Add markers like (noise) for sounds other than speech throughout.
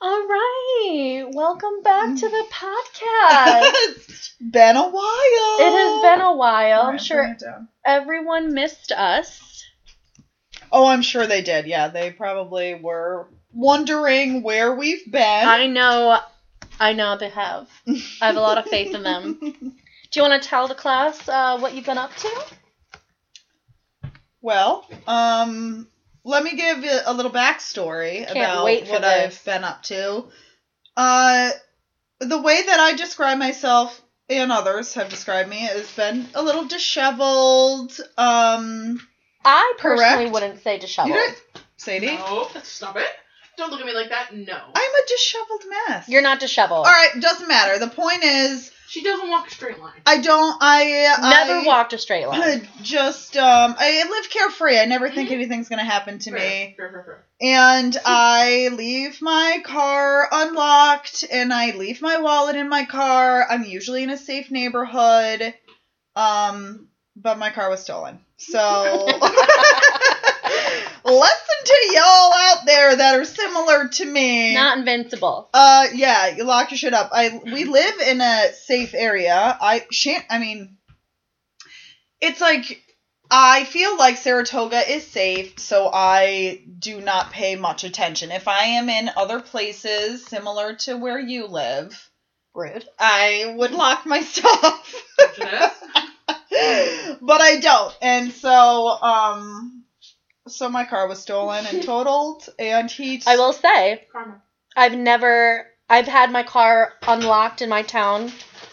All right. Welcome back to Mm. the (laughs) podcast. it's been a while. it has been a while. All I'm right, sure bring it down. everyone missed us. Oh, I'm sure they did. Yeah, they probably were wondering where we've been. I know. I know they have. (laughs) I have a lot of faith in them. Do you want to tell the class uh, what you've been up to? Well, um, let me give you a little backstory Can't about wait for what this. I've been up to. Uh, the way that I describe myself and others have described me has been a little disheveled. Um, I personally Correct. wouldn't say you disheveled. don't, Sadie, No, stop it. Don't look at me like that. No. I'm a disheveled mess. You're not disheveled. All right, doesn't matter. The point is, She doesn't walk a straight line. I don't. I Never I, walked a straight line. Just um, I live carefree. I never think Mhm. Mm-hmm. anything's gonna happen to me, Fair, fair, (laughs) fair. (laughs) and I leave my car unlocked, and I leave my wallet in my car. I'm usually in a safe neighborhood, um, but my car was stolen. (laughs) So (laughs) lesson to y'all out there that are similar to me. Not invincible. Uh, yeah, you lock your shit up. I we live in a safe area. I shan't. I mean, it's like I feel like Saratoga is safe, so I do not pay much attention. If I am in other places similar to where you live, Rude. I would lock my (laughs) stuff Prejudice. but I don't. And so, um, so my car was stolen and totaled, and he. I will say, Karma. (laughs) I've never I've had my car unlocked in my town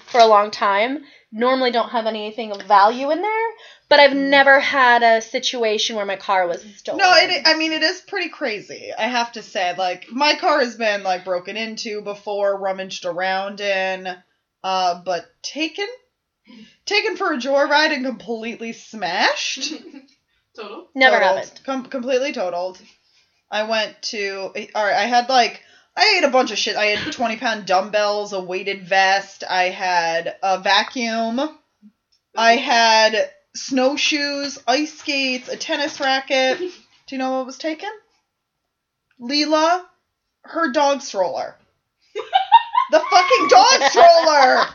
for a long time. Normally don't have anything of value in there, but I've never had a situation where my car was stolen. Mm. No, it. I mean, it is pretty crazy. I have to say, like, my car has been like broken into before, rummaged around in, uh, but taken, taken for a joyride and completely smashed. Total. (laughs) never totaled, happened. (laughs) Com- completely totaled. I went to. eh, All right, I had like. I ate a bunch of shit. I had 20 pound dumbbells, a weighted vest. I had a vacuum. I had snowshoes, ice skates, a tennis (laughs) racket. Do you know what was taken? Leela, her dog stroller. the fucking (laughs) dog stroller!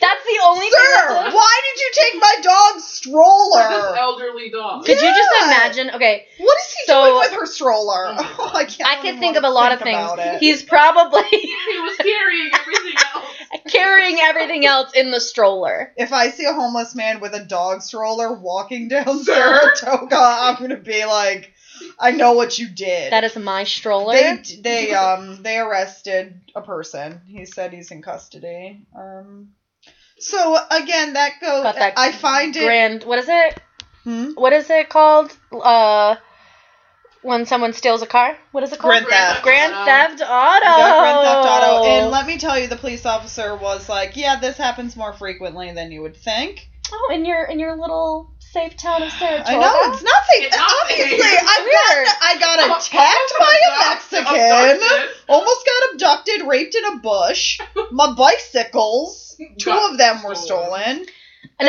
That's the only thing. Sir, that's- why did you take my dog's Like this (laughs) stroller? elderly dog. Could you just Yeah. imagine? Okay, What is he So- doing with her (laughs) stroller? (laughs) Oh Oh, my God. I can't. I even can think of wanna a lot of think about things. it. He's probably (laughs) (laughs) He was carrying (laughs) everything else. carrying everything else in the stroller. If I see a homeless man with a dog stroller walking down Sir? Saratoga, I'm gonna be like, I know what you did. That is my stroller. They (laughs) they um they arrested a person. He said he's in custody. Um, so again, that goes. Got that I find it. Grand what is it? Hmm? What is it called? Uh when someone steals a car? What is it called? Grand theft. Grand Theft Auto. We got Grand Theft Auto, and let me tell you, the police officer was like, "Yeah, this happens more frequently than you would think." oh, in your in your little safe town of Saratoga. (gasps) I know it's not safe. It's not safe. Obviously, I Weird. got I got attacked by a Mexican. Abducted. Almost got abducted, raped in a bush. My bicycles, two Got of them were stolen. stolen, and,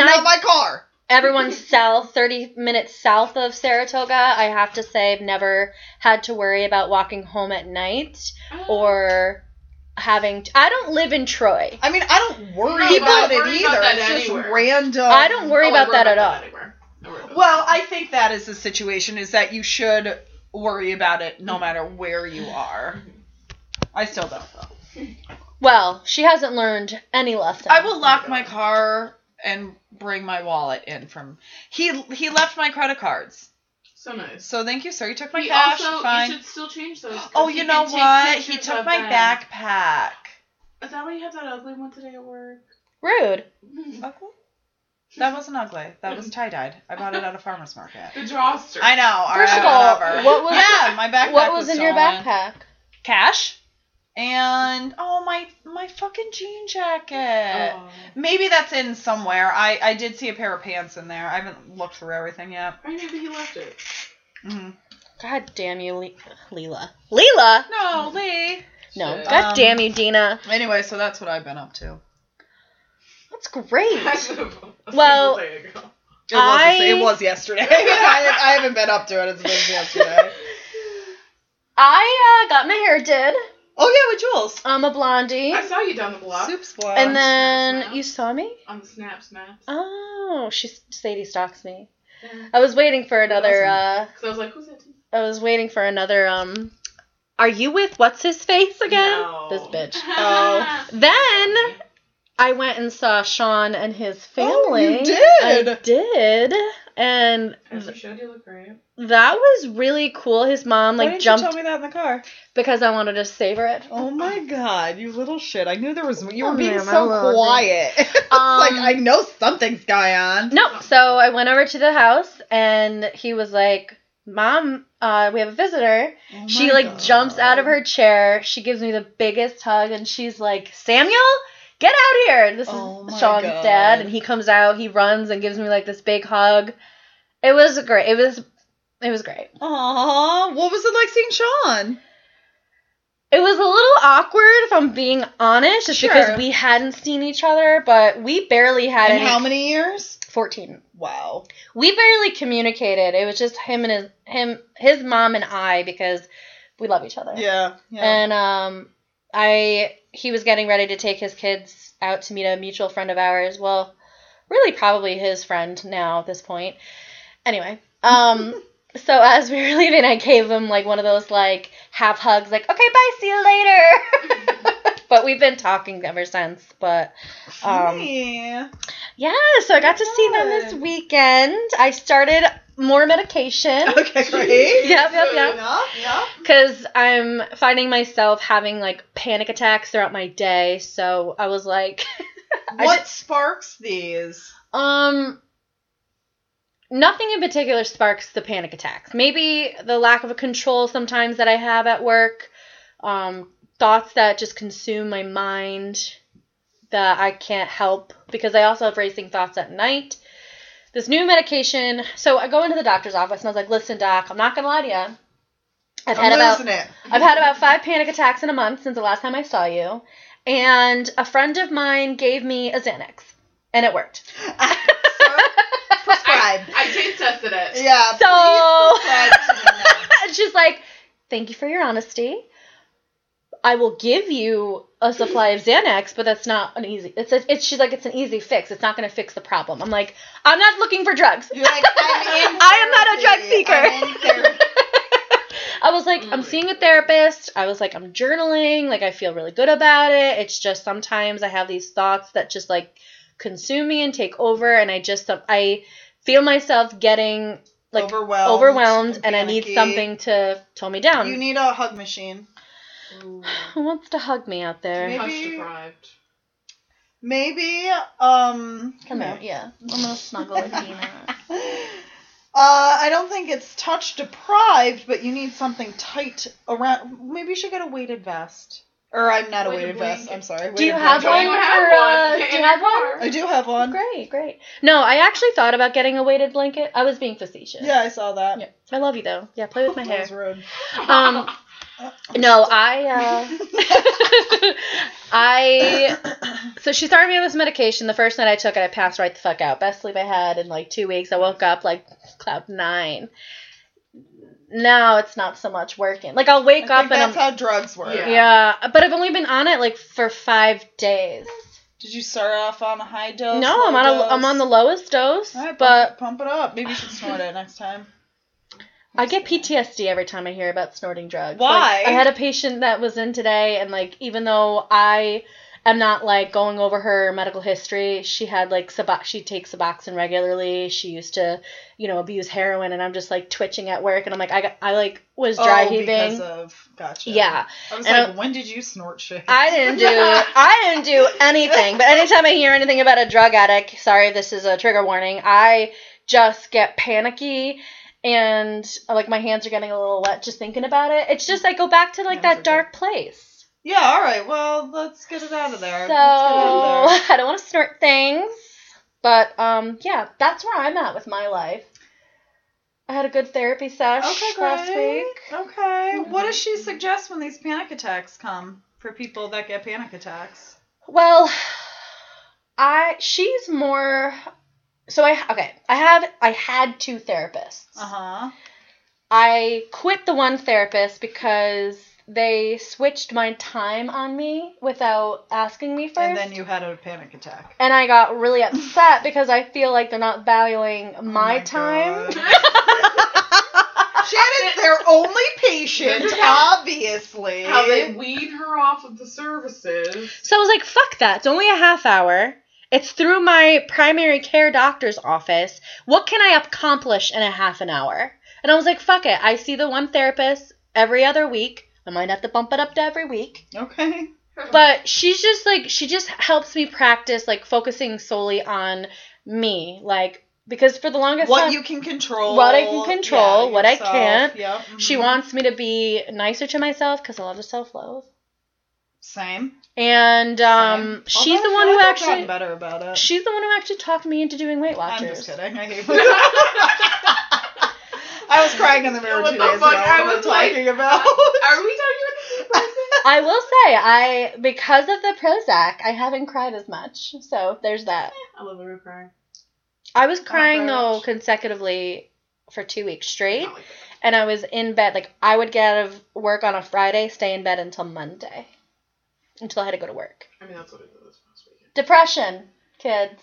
And now I, my car. everyone south, thirty minutes south of Saratoga, I have to say I've never had to worry about walking home at night Oh, or having. t I don't live in Troy. I mean, I don't worry No, about, I don't it worry either. about that it's just anywhere. random. I don't worry Oh, I about that at all. anywhere. I worry about Well, I think that is the situation: is that you should worry about it no matter where you are. I still don't. Well, she hasn't learned any lesson. I will lock my car and bring my wallet in from. He he left my credit cards. So nice. So thank you, sir. You took my He cash. also, fine. you should still change those. 'cause oh, he you can know take what? He pictures took of my them. backpack. Is that why you have that ugly one today at work? (laughs) Rude. Okay. That wasn't ugly. That was tie dyed. I bought it at a farmer's market. The drawster. Oh. I know. all First right, of all, whatever. what was- yeah, my backpack What was, in your stolen. backpack? Cash. And oh my my fucking jean jacket. Oh. Maybe that's in somewhere. I I did see a pair of pants in there. I haven't looked through everything yet. Or maybe he left it. hmm God damn you, Le- Leela. Leela. No, Lee. No. Shit. God Um, damn you, Dina. Anyway, so that's what I've been up to. That's great. (laughs) Well- (laughs) well, day ago. It was, the I- same- it was yesterday. (laughs) I, I (laughs) haven't been up to it. It's been yesterday. I uh, got my hair did. Oh yeah, with Jules. I'm a blondie. I saw you down the block Soup squad. And then Snap. you saw me. on the snap snaps. Oh, she Sadie stalks me. Yeah. I was waiting for another. Uh, Cause I was like, who's that? I was waiting for another. Um, are you with what's his face again? No. This (laughs) bitch. Oh. Then I went and saw Sean and his Oh, you family. I did. did, and As you showed, you look great. (laughs) that was really cool. His mom Why like didn't you jumped tell me that in the car? because I wanted to savor it. Oh my god, you little shit! I knew there was. You were Oh, being man, my so little quiet. (laughs) it's like Um, I know something's going on. No, so I went over to the house and he was like, "Mom, uh, we have a visitor." Oh She my like God. jumps out of her chair. She gives me the biggest hug, and she's like, "Samuel, get out here!" This Oh my is Sean's God. dad, and he comes out. He runs and gives me like this big hug. It was great. It was, it was great. Aw, what was it like seeing Sean? It was a little awkward, if I'm being honest, just Sure. because we hadn't seen each other, but we barely had And any. how many years? Fourteen. Wow. We barely communicated. It was just him and his him his mom and I because we love each other. Yeah. Yeah. And um, I he was getting ready to take his kids out to meet a mutual friend of ours. Well, really, probably his friend now at this point. Anyway, (laughs) um, so as we were leaving, I gave him like one of those like half hugs, like okay, bye, see you later. (laughs) but we've been talking ever since. But um, yeah. yeah, so I got to see them this Good. weekend. I started more medication. (laughs) Okay, great. Yep, yep, yep. Yeah. Yeah. Because I'm finding myself having like panic attacks throughout my day, so I was like, (laughs) I What sparks these? um, nothing in particular sparks the panic attacks. Maybe the lack of control sometimes that I have at work, um, thoughts that just consume my mind that I can't help because I also have racing thoughts at night. This new medication, so I go into the doctor's office and I was like, listen, doc, I'm not gonna lie to you. I've had I'm about (laughs) losing it. I've had about five panic attacks in a month since the last time I saw you. And a friend of mine gave me a Xanax. And it worked. Sir, Prescribe. I taste tested it. yeah. So (laughs) please prescribe to me she's like, Thank you for your honesty. I will give you a supply of Xanax, but that's not an easy it's a, it's she's like, it's an easy fix. It's not gonna fix the problem. I'm like, I'm not looking for drugs. now. You're like, I'm in (laughs) I am not a drug therapy. seeker. I'm in therapy. I was like, Oh I'm my seeing a God. therapist. I was like, I'm journaling. Like, I feel really good about it. It's just sometimes I have these thoughts that just like consume me and take over, and I just um, I feel myself getting like overwhelmed, overwhelmed, and I need panicky. something to tone me down. You need a hug machine. Ooh. (sighs) Who wants to hug me out there? Maybe- Punch deprived. Maybe, um, Come (laughs) here, yeah. I'm gonna snuggle with Dina. Uh, I don't think it's touch deprived, but you need something tight around. Maybe you should get a weighted vest. Or I'm not a Weighted weighted vest. blanket. I'm (laughs) sorry. Do you weighted have blanket. one? Don't you for, uh, do have one? you in have Oh, your car? I do have one. Great, great. No, I actually thought about getting a weighted blanket. I was being facetious. Yeah, I saw that. Yeah. I love you though. Yeah, play with my That hair. was rude. (laughs) Um, No, (laughs) I. Uh, (laughs) I. So she started me on this medication. The first night I took it, I passed right the fuck out. Best sleep I had in like two weeks. I woke up like cloud nine. Now it's not so much working. Like I'll I wake think up and I'm. that's how drugs work. Yeah. yeah, but I've only been on it like for five days. Did you start off on a high dose? No, low I'm on a, dose? I'm on the lowest dose, All right, but pump, pump it up. Maybe you should snort it next time. I get PTSD every time I hear about snorting drugs. Why? Like, I had a patient that was in today, and like, even though I am not like going over her medical history, she had like subox. She takes Suboxone regularly. She used to, you know, abuse heroin, and I'm just like twitching at work, and I'm like, I got, I like was dry oh, because heaving. of gotcha. yeah, I was And like, I- when did you snort shit? I didn't do I didn't do anything. But anytime I hear anything about a drug addict, sorry, this is a trigger warning. I just get panicky and like my hands are getting a little wet just thinking about it. It's just I go back to like Hands are that dark place. Yeah, all right. Well, let's get it out of So there. Let's get it out of there. I don't want to snort things, but um yeah, that's where I'm at with my life. I had a good therapy sesh Okay, great. last week. Mm-hmm. Okay. What does she Mhm. suggest when these panic attacks come for people that get panic attacks? Well, I she's more so I okay, I have I had Uh-huh. two therapists. Uh huh. I quit the one therapist because they switched my time on me without asking me first. And then you had a (laughs) panic attack. And I got really upset because I feel like they're not valuing my, Oh my time. God. Shannon's their only (laughs) patient, obviously. (laughs) How they weed her off of the services. So I was like, fuck that. It's only a half hour. It's through my primary care doctor's office. What can I accomplish in a half an hour? And I was like, fuck it. I see the one therapist every other week. I might have to bump it up to every week. Okay. (laughs) (laughs) But she's just like she just helps me practice like focusing solely on me. Like because for the longest What time you can control. What I can control, yeah, what I yourself, can't. Yep. she mhm. wants me to be nicer to myself because I love to self love. Same. And um, same. she's the Although I one who feel like I've actually gotten better about it. She's the one who actually talked me into doing Weight I'm Watchers. just kidding. (laughs) I hate I was crying in the mirror What two the days fuck? ago. I what was I'm like- talking about. (laughs) Are we (laughs) talking about I will say, I because of the Prozac, I haven't cried as much. So there's that. I love her crying. I was crying very though much. consecutively for two weeks straight, Not like that. and I was in bed. Like I would get out of work on a Friday, stay in bed until Monday, until I had to go to work. I mean, that's what I did this past weekend. Depression, kids.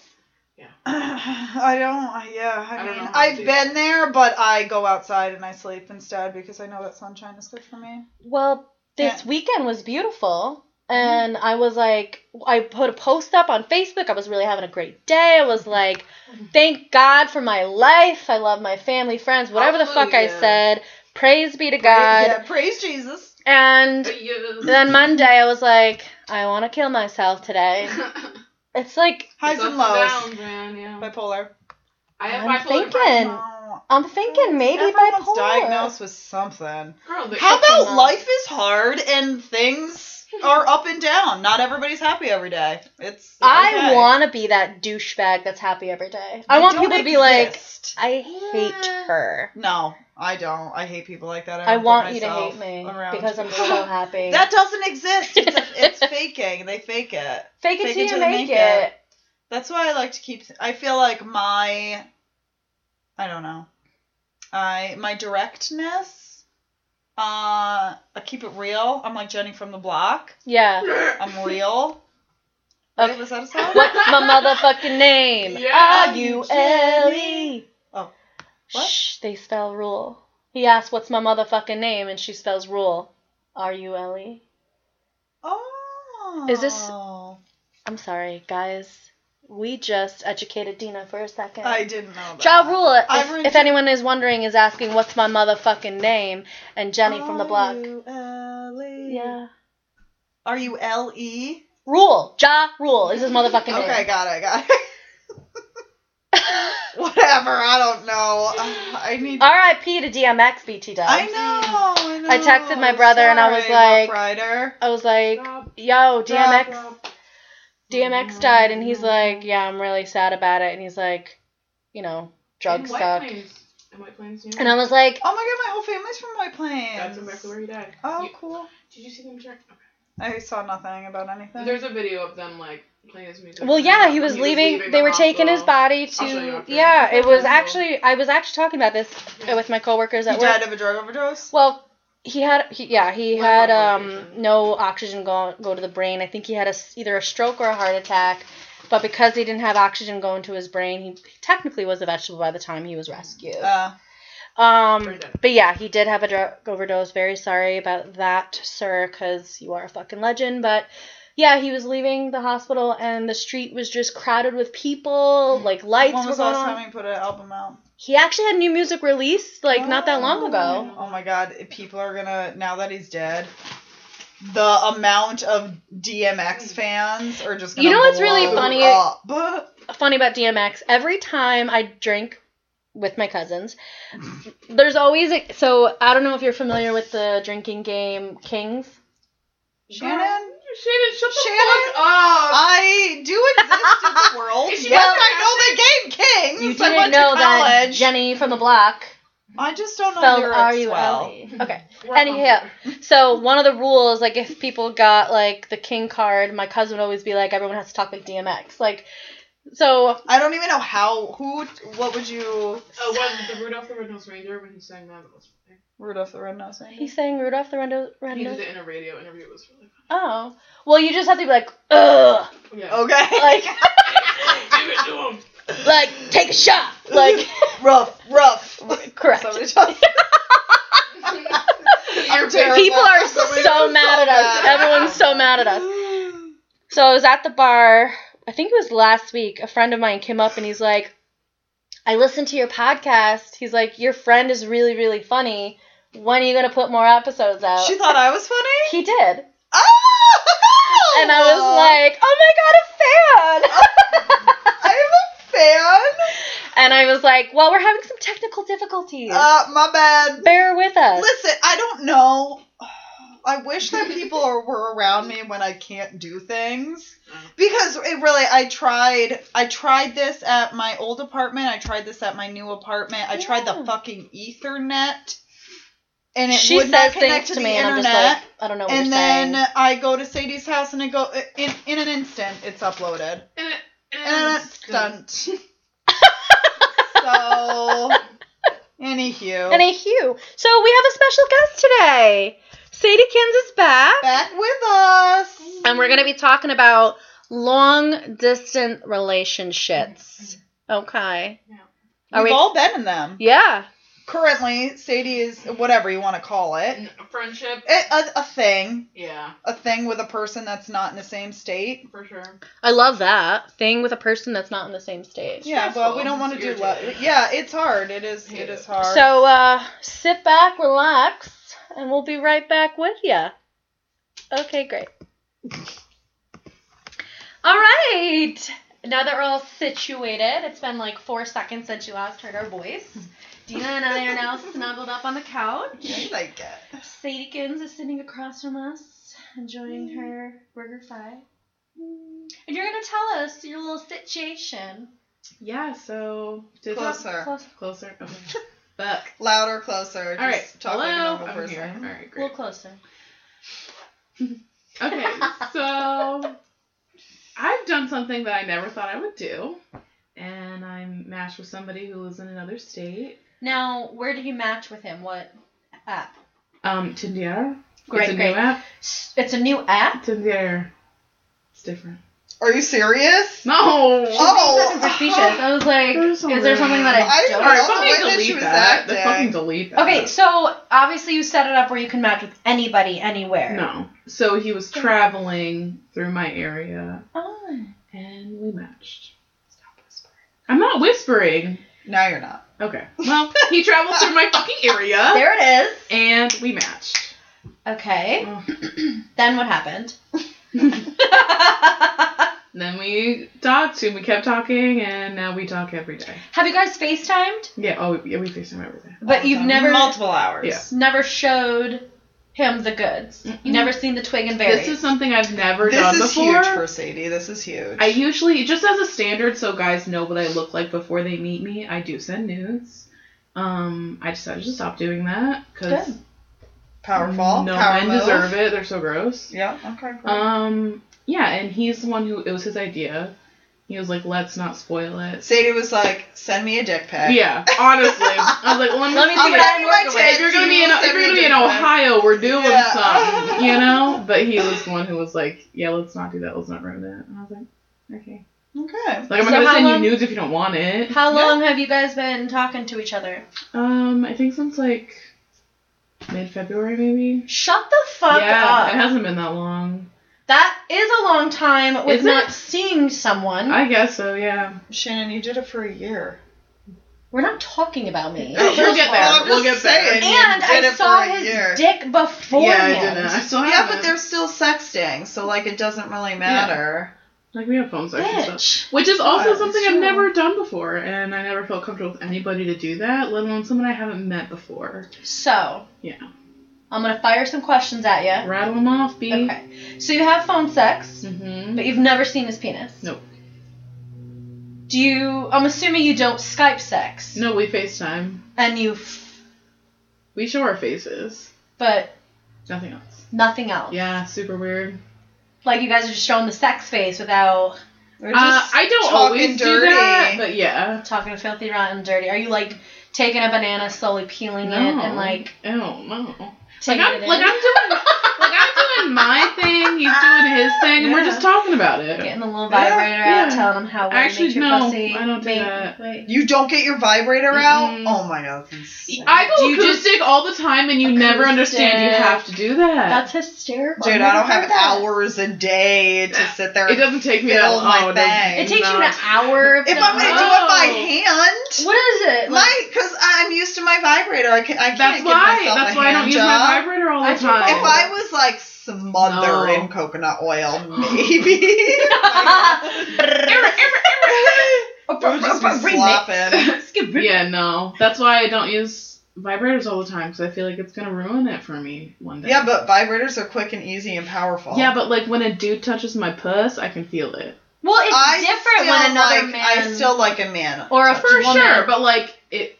I don't. I- Yeah, I, I don't mean, know how to I've do been that. there, but I go outside and I sleep instead because I know that sunshine is good for me. Well, this weekend was beautiful. Mm-hmm. And I was like, I put a post up on Facebook. I was really having a great day. I was like, Mm-hmm. thank God for my life. I love my family, friends, whatever the fuck I Hallelujah. said. Praise be to Pra- God. yeah, Oh, praise Jesus. And But you- then Monday, I was like, I want to kill myself (laughs) today. (laughs) (laughs) It's like, Highs It's and ups lows. downs, man, yeah. Bipolar. I have I'm bipolar thinking. depression. No. I'm thinking maybe Everyone's bipolar. diagnosed with something. Girl, the- How Something about else. life is hard and things are up and down? Not everybody's happy every day. It's. I okay. want to be that douchebag that's happy every day. I They want don't people to be like, exist. I hate Yeah. her. No, I don't. I hate people like that. I don't put want you to myself hate me around because (laughs) I'm people. so happy. That doesn't exist. (laughs) It's, a, it's faking. They fake it. fake it till fake it you till you make, make it. it. That's why I like to keep. I feel like my, I don't know, I my directness. Uh, I keep it real. I'm like Jenny from the block. Yeah. (laughs) I'm real. Okay. Right? Was that a song? (laughs) What's my motherfucking name? Yeah. R U L E. Oh. What? Shh, they spell rule. He asks, "What's my motherfucking name?" and she spells rule. R U L E. Oh. Is this- I'm sorry, guys. We just educated Dina for a second. I didn't know. That. Ja Rule, if, I've learned if to- anyone is wondering, is asking, "What's my motherfucking name?" and Jenny from the block. Oh. R-U-L-E. Yeah. R U E. L E. Rule. Ja Rule is his motherfucking name. Okay, got it, got it. (laughs) (laughs) Whatever, I don't know. (sighs) Uh, I need. R.I.P. to DMX BT Dubs. I know. I, know. I texted my brother and I was like- Rough Rider. I was like, Stop, yo, DMX, stop. DMX died, and he's like, yeah, I'm really sad about it, and he's like, you know, In drugs White suck, Plains. In White Plains, yeah. and I was like, Oh my god, my whole family's from White Plains. That's exactly where he died. Oh, You- cool. did you see them turn? Okay. I saw nothing about anything. There's a video of them like playing his music. well, yeah, he was When leaving. they the were taking his hospital. body I'll show you to, after. yeah, it was Cool. actually, I was actually talking about this with my coworkers he at work. died of a drug overdose. Well, he had, he, yeah, he What had about um oxygen? no oxygen go go to the brain. I think he had a s either a stroke or a heart attack. But because he didn't have oxygen going to his brain, he technically was a vegetable by the time he was rescued. Uh, Um, Very dead. but yeah, he did have a drug overdose. Very sorry about that, sir, because you are a fucking legend. But yeah, he was leaving the hospital, and the street was just crowded with people. Like lights when were was going the last on. time he put an album out? He actually had new music released like not that long Oh. ago. Oh my god, people are gonna now that he's dead. The amount of DMX fans are just gonna You know what's really blow funny? up. Funny about DMX. Every time I drink with my cousins, there's always a, so I don't know if you're familiar with the drinking game Kings. Shannon, Shannon, shut the Shannon, fuck Uh, up. I do exist (laughs) in the world. Is she yes, not I know the game Kings. You I didn't went know to that college. Jenny from the block I just don't know spelled lyrics R U L well. E. Okay. We're Anyhow. hungry. So one of the rules, like if people got like the king card, my cousin would always be like, everyone has to talk like DMX. Like, so I don't even know how. Who? What would you? Oh, was the Rudolph the Red-Nosed Reindeer when he sang that? That was funny. Rudolph the Red-Nosed Reindeer. He sang Rudolph the Red-Nosed He did Reindeer. it in a radio interview. It was really Oh. Well, you just have to be like, ugh. fun. Yeah. Okay. (laughs) (laughs) Like, Oh, (laughs) Give it to him. like take a shot. (laughs) Like, rough, rough. correct. Somebody (laughs) told- (laughs) I'm terrible. People are Somebody so was mad at us. mad. Everyone's so mad at us. So I was at the bar, I think it was last week, a friend of mine came up and he's like, I listened to your podcast. He's like, Your friend is really, really funny. When are you going to put more episodes out? (gasps) She thought I was funny. (laughs) he did. Oh! And I was like, Oh my God, a fan. I'm a fan. And I was like, Well, we're having some technical difficulties. Uh, my bad. Bear with us. Listen, I don't know. I wish that people are, were around me when I can't do things Mm. because it really I tried I tried this at my old apartment, I tried this at my new apartment. I tried the Yeah. fucking ethernet and it she would not says things connect to to, the me, and I'm internet. just like, I don't know what and you're then saying. I go to Sadie's house and it go in in an instant it's uploaded. And it- And it's done. (laughs) (laughs) so anywho. And a hue. So we have a special guest today. Sadie Kins is back with us. and we're going to be talking about long distance relationships. Okay. Yeah. Are We've we? all been in them. yeah. Currently, Sadie is whatever you want to call it. N- Friendship. it a, a thing. Yeah, A thing with a person that's not in the same state. for sure. I love that thing with a person that's not in the same stage. Yeah, well, we don't want to do Stressful. love. Yeah, it's hard. It is. It is hard. So uh, sit back, relax, and we'll be right back with you. Okay, great. All right. Now that we're all situated, it's been like four seconds since you last heard our voice. Dina and I are now snuggled up on the couch. I like it. Sadikins is sitting across from us, enjoying her burger fry. And you're gonna tell us your little situation. Yeah, so did Closer. Close, closer. (laughs) Okay. Fuck. Louder, closer. All right. Just talk Hello. like a normal I'm here. All person. right, a little great. closer. Okay, so I've done something that I never thought I would do, and I matched with somebody who was in another state. Now, where did you match with him? What app? Um, Tinder. Great, it's a great. new app. S- It's a new app. Tinder. It's different. Are you serious? No. Oh. Fucking facetious. I was like, (laughs) There's is some there something that I I don't don't? All right, Well, the way fucking that oh, she delete was that. acting. Fucking delete that. Okay, so obviously you set it up where you can match with anybody anywhere. No. So he was traveling through my area Oh. and we matched. Stop whispering. I'm not whispering. No, you're not. Okay. Well, he traveled through my fucking area (laughs) There it is. and we matched. (laughs) Okay. Ugh. Then what happened? (laughs) Then we talked and we kept talking and now we talk every day. Have you guys FaceTimed? Yeah, oh yeah, we FaceTime every day. But you've Um, never multiple hours. Yeah. never showed him the goods. Mm-mm. You never seen the twig and berries. This is something I've never This done is before. huge for Sadie. This is huge. I usually just as a standard so guys know what I look like before they meet me, I do send nudes. Um, I decided to stop doing that because Good. Powerful. No power men move. deserve it. They're so gross. Yeah. Okay. Great. Um, yeah, and he's the one who it was his idea. He was like, "Let's not spoil it." Sadie was like, "Send me a dick pic." Yeah, honestly, I was like, "Let me, Let me see see I'll what I- it." send you my If tits. If you're gonna you be in, will if send you're me a gonna be in dick pic. Ohio, we're doing Yeah. something, you know. But he was the one who was like, "Yeah, let's not do that. Let's not ruin it." And I was like, "Okay." Okay. Like, I'm So not gonna how send long- you nudes if you don't want it. How Yeah. long have you guys been talking to each other? Um, I think since like mid-February, maybe. Shut the fuck yeah, it up. hasn't been that long. That is a long time with Is it? not seeing someone. I guess so. Yeah. Shannon, you did it for a year. We're not talking about me. Oh, We'll get there. Well, I'm We'll just get there. saying, you And did I it saw for a his year. dick before Yeah, I didn't. I still Yeah, have but they're still sexting, so like it doesn't really matter. like we have phone sex and stuff, Bitch. which is also Yeah, something it's I've true. never done before, and I never felt comfortable with anybody to do that, let alone someone I haven't met before. So, Yeah, I'm going to fire some questions at you. rattle them off, B. Okay. So, you have phone sex, Mm-hmm. but you've never seen his penis. Nope. Do you. I'm assuming you don't Skype sex. No, we FaceTime. And you. F- We show our faces. but Nothing else. nothing else. Yeah, super weird. Like, you guys are just showing the sex face without We're Uh, just I don't talking always do dirty. that, but yeah. talking filthy, rotten, dirty. Are you like. taking a banana, slowly peeling it, and like oh no. Like taking I'm, it in. like I'm doing, like I'm doing my (laughs) thing. He's doing his thing, and we're Yeah. just talking about it. Getting the little vibrator Yeah. out, telling him how I we actually make your no, pussy. I don't do make- that. wait. You don't get your vibrator out? Mm-mm. Oh my god. that's insane. I go Do you just- acoustic all the time, and you never understand. You Acoustic. have to do that. That's hysterical. Dude, I've I never don't have heard that. hours a day to sit there. it doesn't take me that Fill long. my it doesn't- bag. It takes you an not. hour. if not I'm gonna do more. it by Oh. hand, What is it? Like, my because I'm used to my vibrator. I can. I can't That's give why. myself That's a why I hand don't use job. my vibrator all I the do time. vibrator. If I was like smothered No. in coconut oil, maybe. (laughs) (laughs) it would just be slopping. yeah, no. That's why I don't use vibrators all the time because I feel like it's gonna ruin it for me one day. Yeah, but vibrators are quick and easy and powerful. yeah, but like when a dude touches my puss, I can feel it. well, it's I different still when another like, man I still like a man. or a For woman. sure, but like it,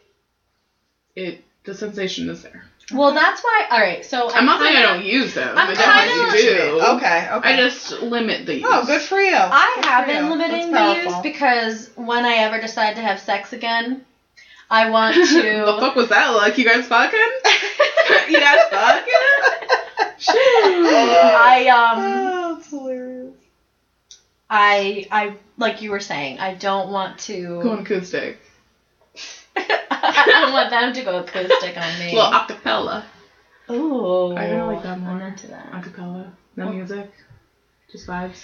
it the sensation is there. Well, that's why. All right, so I'm not saying I kinda- don't use them. I'm I kinda- definitely do. Okay, okay. I just limit the use. oh, good for you. I Good have for been you. limiting the That's use powerful. because when I ever decide to have sex again, I (laughs) want the to. fuck was that like? You guys (laughs) fucking? you guys fucking? (laughs) (laughs) Shit. I um Oh, that's hilarious. I I like you were saying I don't want Go on to. acoustic. (laughs) I don't want them to go acoustic on me. Well, acapella. Ooh, I kinda like that more. I'm into that. Acapella. No Oh. music. Just vibes.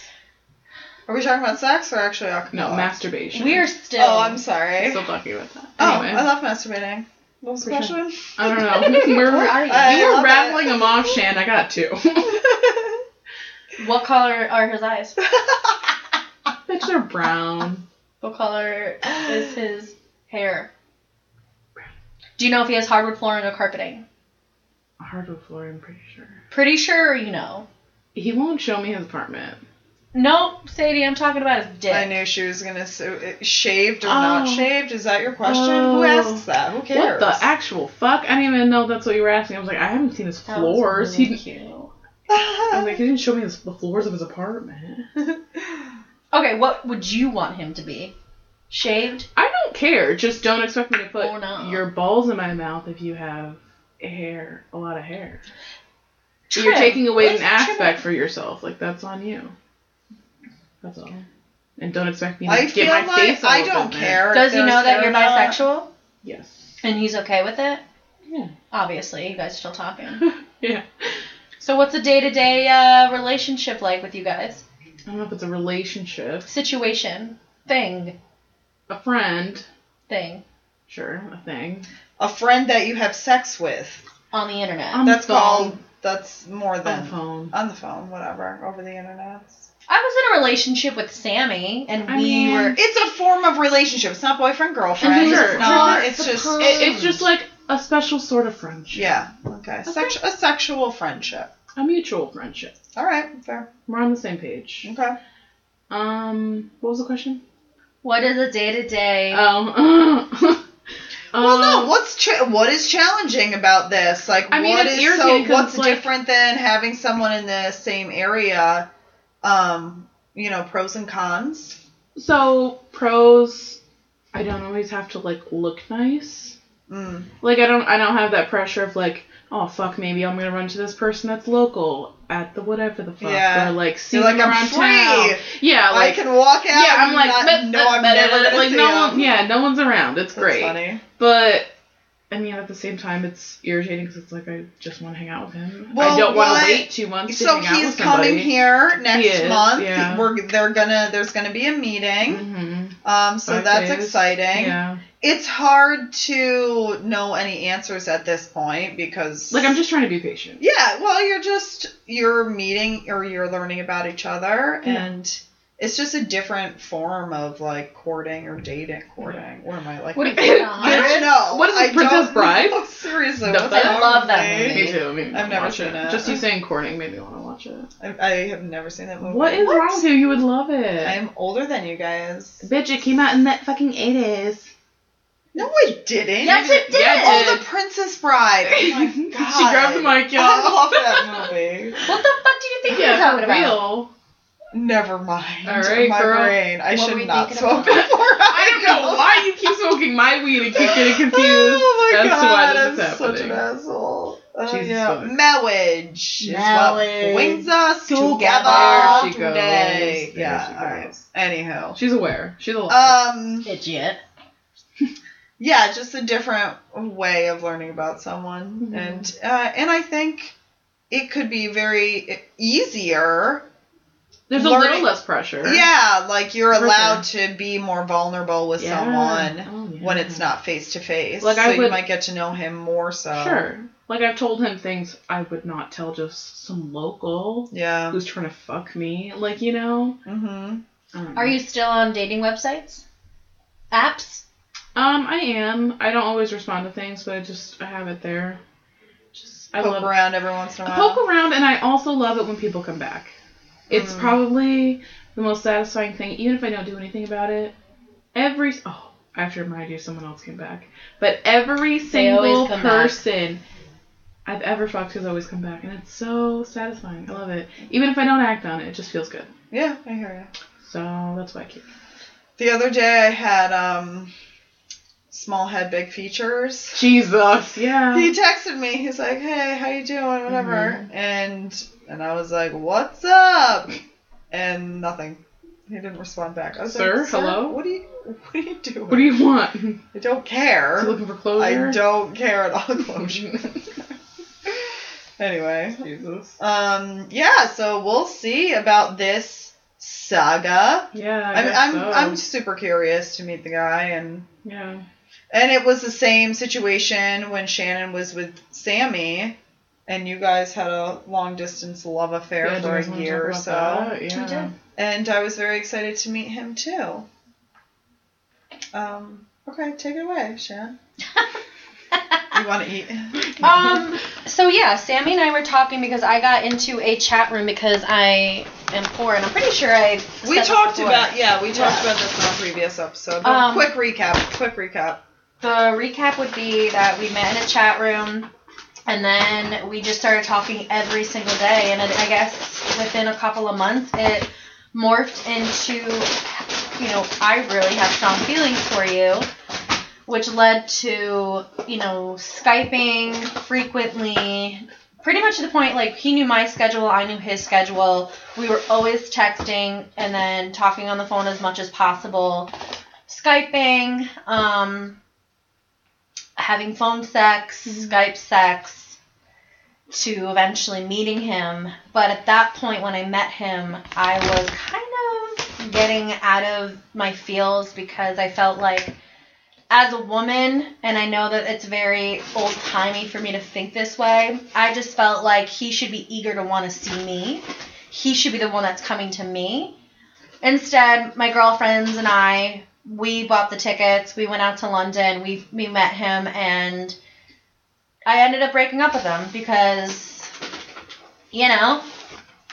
Are we talking about sex or actually acapella? No, masturbation. We're still. Oh, I'm sorry. I'm still talking about that. oh, Anyway, I love masturbating. What was the For sure. question? (laughs) I don't know. (laughs) We're, Where are you? I you were love rattling it. them off, Shan. I got two. (laughs) What color are his eyes? Bitch, they're brown. What color (gasps) is his hair? Do you know if he has hardwood flooring or carpeting? Hardwood floor, I'm pretty sure. Pretty sure you know. He won't show me his apartment. Nope, Sadie, I'm talking about his dick. I knew she was gonna say shaved or not Oh. shaved. Is that your question? Who Oh. asks that? Who What cares? the (laughs) actual fuck? I didn't even know that's what you were asking. I was like, I haven't seen his That was floors. really he, cute. I was like, he didn't show me his, the floors of his apartment. Okay, what would you want him to be? Shaved? I don't care. Just don't expect me to put Oh, Or not. your balls in my mouth if you have hair, a lot of hair. You're Trim. taking away What an is trim? aspect for yourself. Like that's on you. That's all. And don't expect me to I get feel my like face all I up don't in there. care. if Does he there's know that hair you're or not. bisexual? Yes. (laughs) And he's okay with it? Yeah. Obviously, you guys are still talking. (laughs) Yeah. So, what's a day to day relationship like with you guys? I don't know if it's a relationship, Situation, thing, a friend, thing sure, a thing. A friend that you have sex with. on the internet. On That's the phone. called. That's more on the than phone. on the phone, whatever, over the internet. I was in a relationship with Sammy, and I we mean- were. It's a form of relationship. It's not boyfriend girlfriend. Mhm. Sure, It's not. sure. It's just. It- It, it's just like a special sort of friendship. Yeah. Okay. Sex- a sexual friendship. A mutual friendship. All right. Fair. We're on the same page. Okay. Um, what was the question? What is a day to day? (laughs) Oh. well, um, no. What's cha- what is challenging about this? Like, I mean, what it's is so? irritating 'cause What's it's like- different than having someone in the same area? Um, you know, pros and cons. So pros, I don't always have to like look nice. Mm. Like I don't, I don't have that pressure of like, oh fuck, maybe I'm gonna run to this person that's local at the whatever the fuck, Yeah. or like see You're like, them "I'm around free. town. Yeah, I like can walk out. yeah, I'm and like, not- "Meh, no, I'm meh, never meh, gonna like see no him." one, yeah, no one's around. It's That's great, funny. but. I mean, at the same time, it's irritating because it's like I just want to hang out with him. I Well, don't want what- to wait two months to So hang out he's with somebody. coming here next He is, month. yeah. We're they're gonna there's gonna be a meeting. hmm Um, so Five that's days. exciting. Yeah. It's hard to know any answers at this point because Like I'm just trying to be patient. yeah. Well, you're just you're meeting or you're learning about each other, Yeah. and it's just a different form of like courting or dating. Courting. What am I like? (laughs) What (laughs) do you I on? don't know. What is it, I don't Princess Bride? know. (laughs) Seriously, The what's fuck? wrong I love with that me? movie. Me too. Maybe I've I'll never watch seen it. Just you saying courting made me want to watch it. I, I have never seen that movie. What is wrong with you? You would love it. I am older than you guys. Bitch, it came out in that fucking eighties. (laughs) No, I didn't. Yes, it did. Yeah, Oh, the Princess (laughs) Bride. Oh my god. she grabbed the mic, I (laughs) y'all. love that movie. What the fuck do you think you're yeah, talking for about? real. Never mind. All right, my girl. brain. What I were should we not thinking smoke about? before I, (laughs) I don't know go. why you keep smoking my weed and keep getting confused. Oh my as to why god, this is I'm such an happening. asshole. Oh, Jesus yeah. fuck. Marriage. is what Marriage. brings us Together together she goes. today. There Yeah, she alright. goes. Anyhow. (laughs) She's aware. She's alive. Um, Idiot. yeah, just a different way of learning about someone. Mhm. And, uh, and I think it could be very e- easier There's a learning- little less pressure. Yeah, like you're For allowed to be more vulnerable with Yeah. someone Oh, yeah. when it's not uh, face to face. Like, so I you would- might get to know him more so. Sure. Like I've told him things I would not tell just some local Yeah. who's trying to fuck me. Like you know. Mhm. I don't Are know. you still on dating websites? Apps? Um, I am. I don't always respond to things, but I just I have it there. Just I Poke love around every once in a I while. poke around, and I also love it when people come back. It's Mm. Hmm. probably the most satisfying thing, even if I don't do anything about it. Every oh, I have to remind you, someone else came back. But every single always come back. person I've ever fucked has always come back, and it's so satisfying. I love it, even if I don't act on it. It just feels good. yeah, I hear you. So that's why I keep. The other day I had um small head big features. Jesus. (laughs) Yeah. He texted me. He's like, "Hey, how you doing? Whatever." Mm-hmm. And and I was like, "What's up?" And nothing. He didn't respond back. I was Sir, like, hello? What are you What are you doing? What do you want? (laughs) You I don't care. looking for closure? I don't care at all. (laughs) Closure. (laughs) anyway, Jesus. um, yeah. So we'll see about this saga. Yeah. I I'm guess I'm, so. I'm super curious to meet the guy and Yeah. and it was the same situation when Shannon was with Sammy, and you guys had a long distance love affair Yeah, do you for guys a wanna year or talk so. about that? We Yeah. did. And I was very excited to meet him too. Um, okay, take it away, Shannon. you want (laughs) to eat? (laughs) Um. So yeah, Sammy and I were talking because I got into a chat room because I am poor, and I'm pretty sure I. We said this talked before. about yeah, we talked Yeah. about this in our previous episode. But Um, quick recap, quick recap. The recap would be that we met in a chat room, and then we just started talking every single day, and it, I guess within a couple of months it morphed into, you know, I really have strong feelings for you, which led to you know skyping frequently. Pretty much to the point, like he knew my schedule, I knew his schedule. We were always texting and then talking on the phone as much as possible, skyping. Um, having phone sex, Skype sex, to eventually meeting him. But at that point, when I met him, I was kind of getting out of my feels because I felt like, as a woman, and I know that it's very old timey for me to think this way, I just felt like he should be eager to want to see me. He should be the one that's coming to me. Instead, my girlfriends and I we bought the tickets. We went out to London. We we met him, and I ended up breaking up with him because, you know,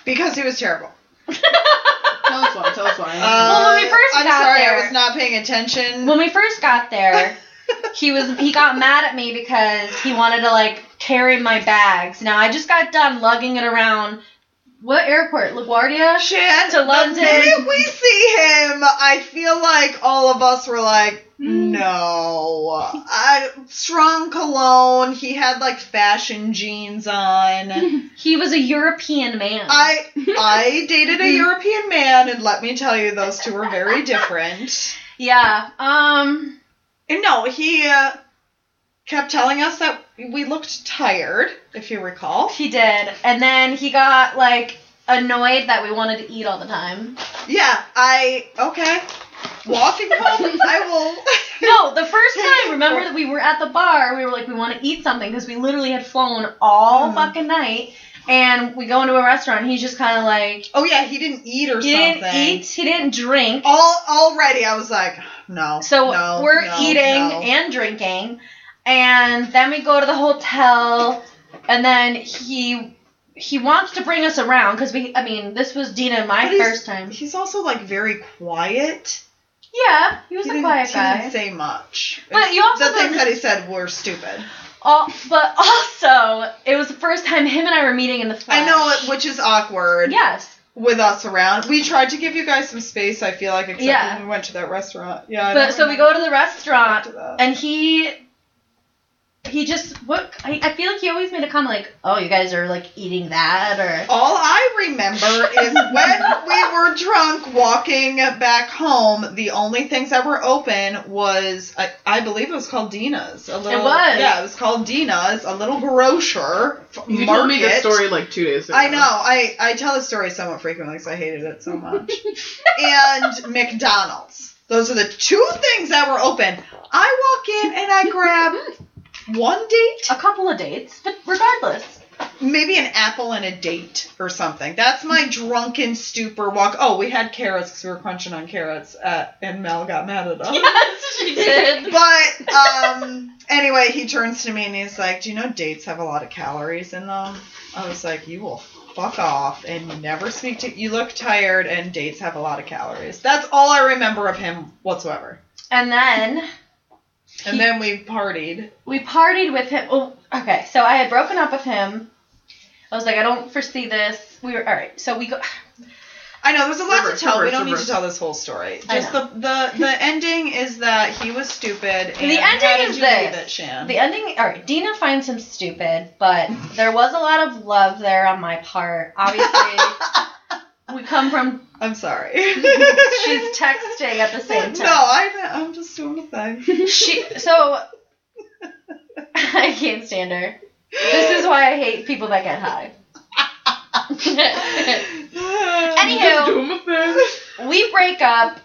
Because he was terrible. Tell (laughs) us why. Tell us why. Well, when we Uh, first I'm got sorry, I there- was not paying attention. when we first got there, he was he got mad at me because he wanted to like carry my bags. Now I just got done lugging it around. What airport? LaGuardia. Shan, To the London. minute we see him, I feel like all of us were like, Hmm. Mm. no. I strong cologne. He had like fashion (laughs) jeans on. He was a European man. I I dated Hmm. a European man, and let me tell you, those two were (laughs) very different. yeah. Um. And no, he uh, kept telling us that we looked tired, if you recall. He did, and then he got like annoyed that we wanted to eat all the time. Yeah, I okay. Walking home, I will. No, the first time, remember that we were at the bar. We were like, we want to eat something because we literally had flown all Mhm. fucking night. And we go into a restaurant. And he's just kind of like, Oh yeah, he didn't eat or he something. didn't eat, he didn't drink. All already, I was like, no. So Oh, no, we're no, eating no. and drinking, and then we go to the hotel, and then he he wants to bring us around because we. I mean, this was Dina and my But he's- first time. He's also like very quiet. Yeah, he was he a didn't, quiet he guy. didn't say much. But you also the things don't- that he said were stupid. All, but also, it was the first time him and I were meeting in the flesh. I know, it- which is awkward. Yes. with us around. We tried to give you guys some space. I feel like except Yeah. when we went to that restaurant. Yeah. I But don't so we remember go to the restaurant after that. and he He just what I, I feel like he always made a comment like, "Oh, you guys are like eating that," or All I remember is when we were drunk walking back home, the only things that were open was, I, I believe it was called Dina's. A little, was. Yeah, it was called Dina's, a little grocer. f- You market. told me the story like two days ago. I know. I, I tell the story somewhat frequently because I hated it so much. and McDonald's. Those are the two things that were open. I walk in and I grab one date, a couple of dates, but regardless, maybe an apple and a date or something. That's my drunken stupor walk. Oh, we had carrots because we were crunching on carrots, uh, and Mel got mad at (laughs) us. yes, (laughs) she did. (laughs) But um, anyway, he turns to me and he's like, "Do you know dates have a lot of calories in them?" I was like, "You will fuck off and never speak to. You look tired, and dates have a lot of calories." That's all I remember of him whatsoever. and then And then we partied. we partied with him. Oh, okay. So I had broken up with him. I was like, I don't foresee this. We were all right. So we go. I know there's a lot Reverse, to tell. reverse, we don't need reverse. to tell this whole story. I Just the, the (laughs) the ending is that he was stupid. And ending how did is you leave this. it, Shan? The ending, all right. Dina finds him stupid, but there was a lot of love there on my part. (laughs) Obviously, we come from. I'm sorry. (laughs) She's texting at the same (laughs) No, time. I, I'm just doing a thing. She so. I can't stand her. (laughs) (laughs) This is (laughs) why I hate people that get high. You Anywho. do him a thing. we break up.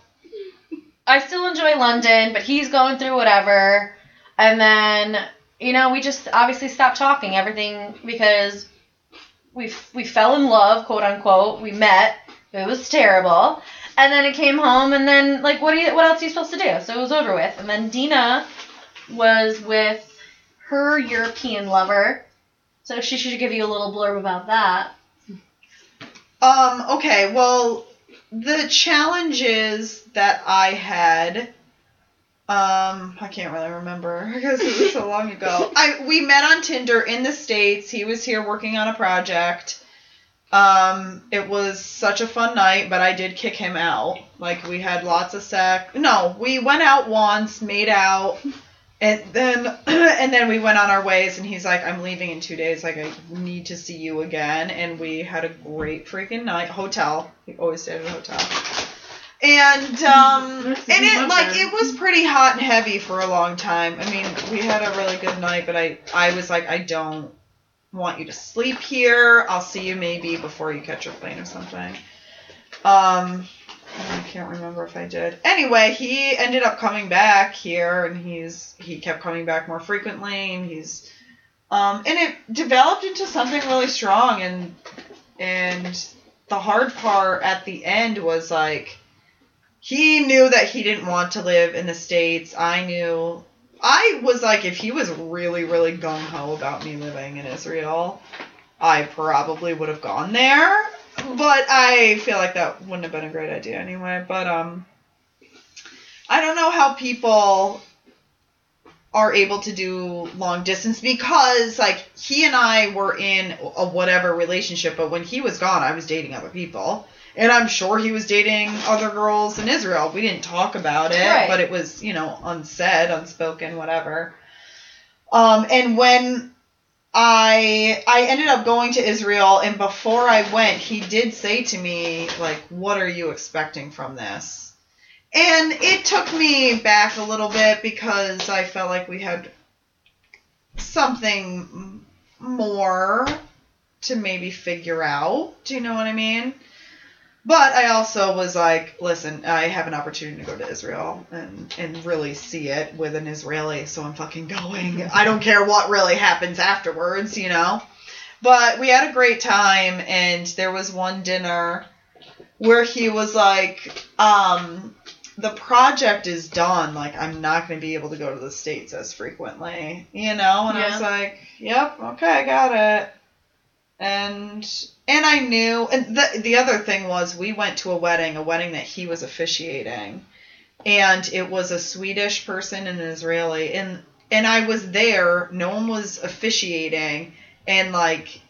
I still enjoy London, but he's going through whatever. And then, you know, we just obviously stopped talking everything because we we fell in love, quote unquote. We met. It was terrible. And then it came home and then like what do you what else are you supposed to do? So it was over with. And then Dina was with her European lover. So she should give you a little blurb about that. Um, okay, well, the challenges that I had um, I can't really remember (laughs) because it was so long ago. I we met on Tinder in the States. He was here working on a project. Um, it was such a fun night, but I did kick him out. Like we had lots of sex. No, we went out once, made out, and then (clears throat) and then we went on our ways. And he's like, "I'm leaving in two days. Like I need to see you again." And we had a great freaking night. Hotel. We always stayed at a hotel. And um, and This is it like lovely. it was pretty hot and heavy for a long time. I mean, we had a really good night, but I I was like, I don't want you to sleep here. I'll see you maybe before you catch your plane or something. Um, I can't remember if I did. Anyway, he ended up coming back here, and he's he kept coming back more frequently, and he's um, and it developed into something really strong, and and the hard part at the end was like he knew that he didn't want to live in the states. I knew. I was like, if he was really, really gung ho about me living in Israel, I probably would have gone there. But I feel like that wouldn't have been a great idea anyway. But um, I don't know how people are able to do long distance because like he and I were in a whatever relationship, but when he was gone, I was dating other people. And I'm sure he was dating other girls in Israel. We didn't talk about it, Right. but it was, you know, unsaid, unspoken, whatever. Um, and when I I ended up going to Israel and before I went, he did say to me, like, what are you expecting from this? And it took me back a little bit because I felt like we had something m- more to maybe figure out. Do you know what I mean? But I also was like, listen, I have an opportunity to go to Israel and, and really see it with an Israeli, so I'm fucking going. I don't care what really happens afterwards, you know? But we had a great time, and there was one dinner where he was like, um, the project is done. Like, I'm not going to be able to go to the States as frequently, you know? And I was like, yep, okay, I got it. And and I knew and the the other thing was we went to a wedding, a wedding that he was officiating. And it was a Swedish person and an Israeli and and I was there, no one was officiating and like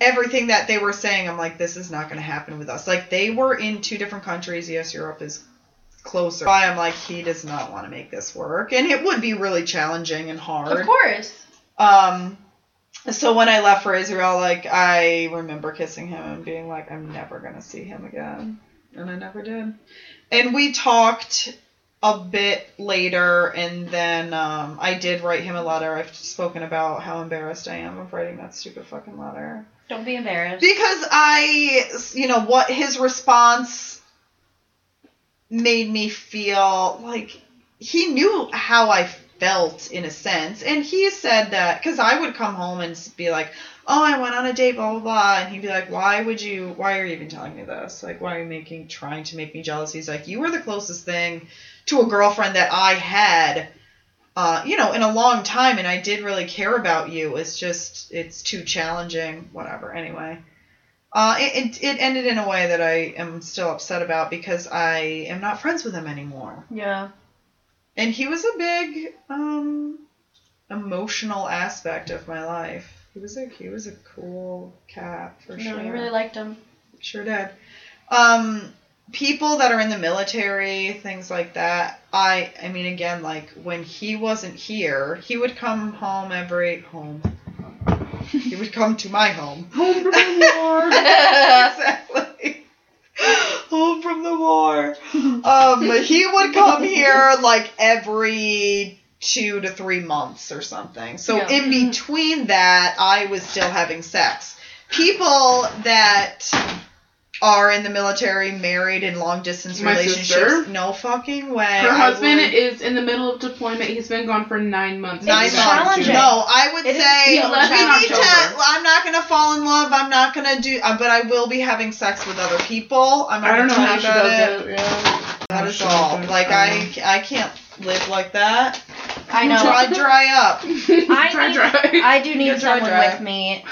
everything that they were saying, I'm like, this is not going to happen with us. Like, they were in two different countries. Yes, Europe is closer. But I'm like, he does not want to make this work. And it would be really challenging and hard. Of course. Um, so when I left for Israel, like, I remember kissing him and being like, I'm never going to see him again. And I never did. And we talked a bit later, and then um, I did write him a letter. I've spoken about how embarrassed I am of writing that stupid fucking letter. Don't be embarrassed. Because I, you know, what his response made me feel like he knew how I felt in a sense. And he said that because I would come home and be like, oh, I went on a date, blah, blah, blah. And he'd be like, why would you, why are you even telling me this? Like, why are you making, trying to make me jealous? He's like, you were the closest thing to a girlfriend that I had. Uh, you know, in a long time, and I did really care about you. It's just, it's too challenging. Whatever. Anyway, uh, it, it it ended in a way that I am still upset about because I am not friends with him anymore. Yeah. And he was a big um, emotional aspect of my life. He was a he was a cool cat for No, sure. you really liked him. Sure did. Um, people that are in the military, things like that. I, I mean, again, like when he wasn't here, he would come home every home. he would come to my home. (laughs) Home from the (laughs) war. exactly. Home from the war. Um, he would (laughs) come here like every two to three months or something. So Yeah. in between that, I was still having sex. People that are in the military, married in long distance My relationships, sister. no fucking way. Her I husband would- is in the middle of deployment. He's been gone for nine months. Nine It's months. challenging. No, I would It is say so we need to. challenging. I'm not gonna fall in love. I'm not gonna do. uh, But I will be having sex with other people. I'm not I don't know gonna how talk she about does it. Yeah. That is Sure, all. but, Like um, I, I can't live like (laughs) that. I know. Dry, dry up. Um, (laughs) I Try, need- try. I do You're need dry, someone dry. with me.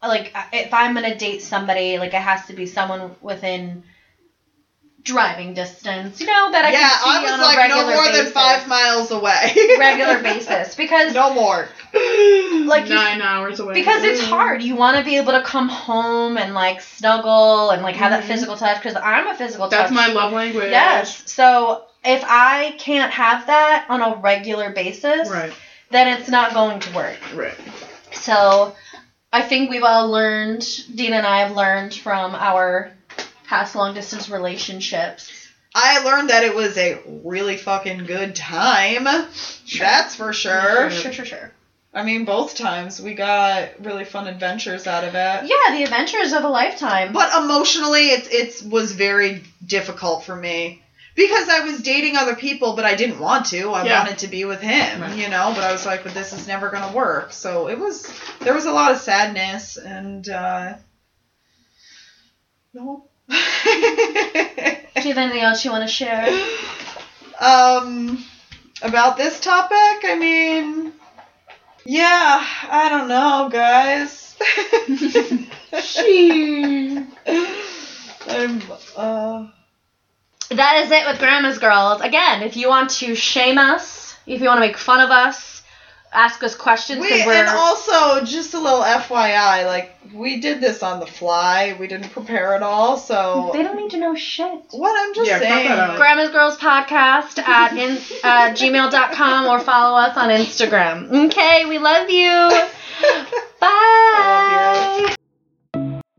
Like, I- if I'm gonna date somebody, like, it has to be someone within driving distance. You know that I yeah, can see I on was a like regular no more basis, than five miles away. (laughs) (laughs) regular basis because no more. like you- nine hours away. because it's hard. You want to be able to come home and like snuggle and like have Mhm. Mm-hmm. that physical touch because I'm a physical touch. that's my love language. Yes. So if I can't have that on a regular basis, Right. then it's not going to work. Right. So I think we've all learned, Dina and I have learned from our past long distance relationships. I learned that it was a really fucking good time. That's for sure. Sure, sure, sure. I mean, both times we got really fun adventures out of it. Yeah, the adventures of a lifetime. But emotionally, it's it's was very difficult for me because I was dating other people, but I didn't want to. I Yeah. wanted to be with him, Right. you know. But I was like, but this is never gonna work. So it was there was a lot of sadness and uh, no. (laughs) Do you have anything else you want to share? um, about this topic, I mean, yeah, I don't know, (laughs) guys. (laughs) She. (sighs) I'm uh. That is it with Grandma's Girls. Again, if you want to shame us, if you want to make fun of us, ask us questions. 'cause We, we're, and also, just a little FYI, like, we did this on the fly. We didn't prepare at all, so. they don't need to know shit. What I'm just Yeah, cut saying. that out. Grandma's Girls Podcast at in, uh, gmail.com or follow us on Instagram. Okay, we love you. (laughs) (laughs) Bye. I love you.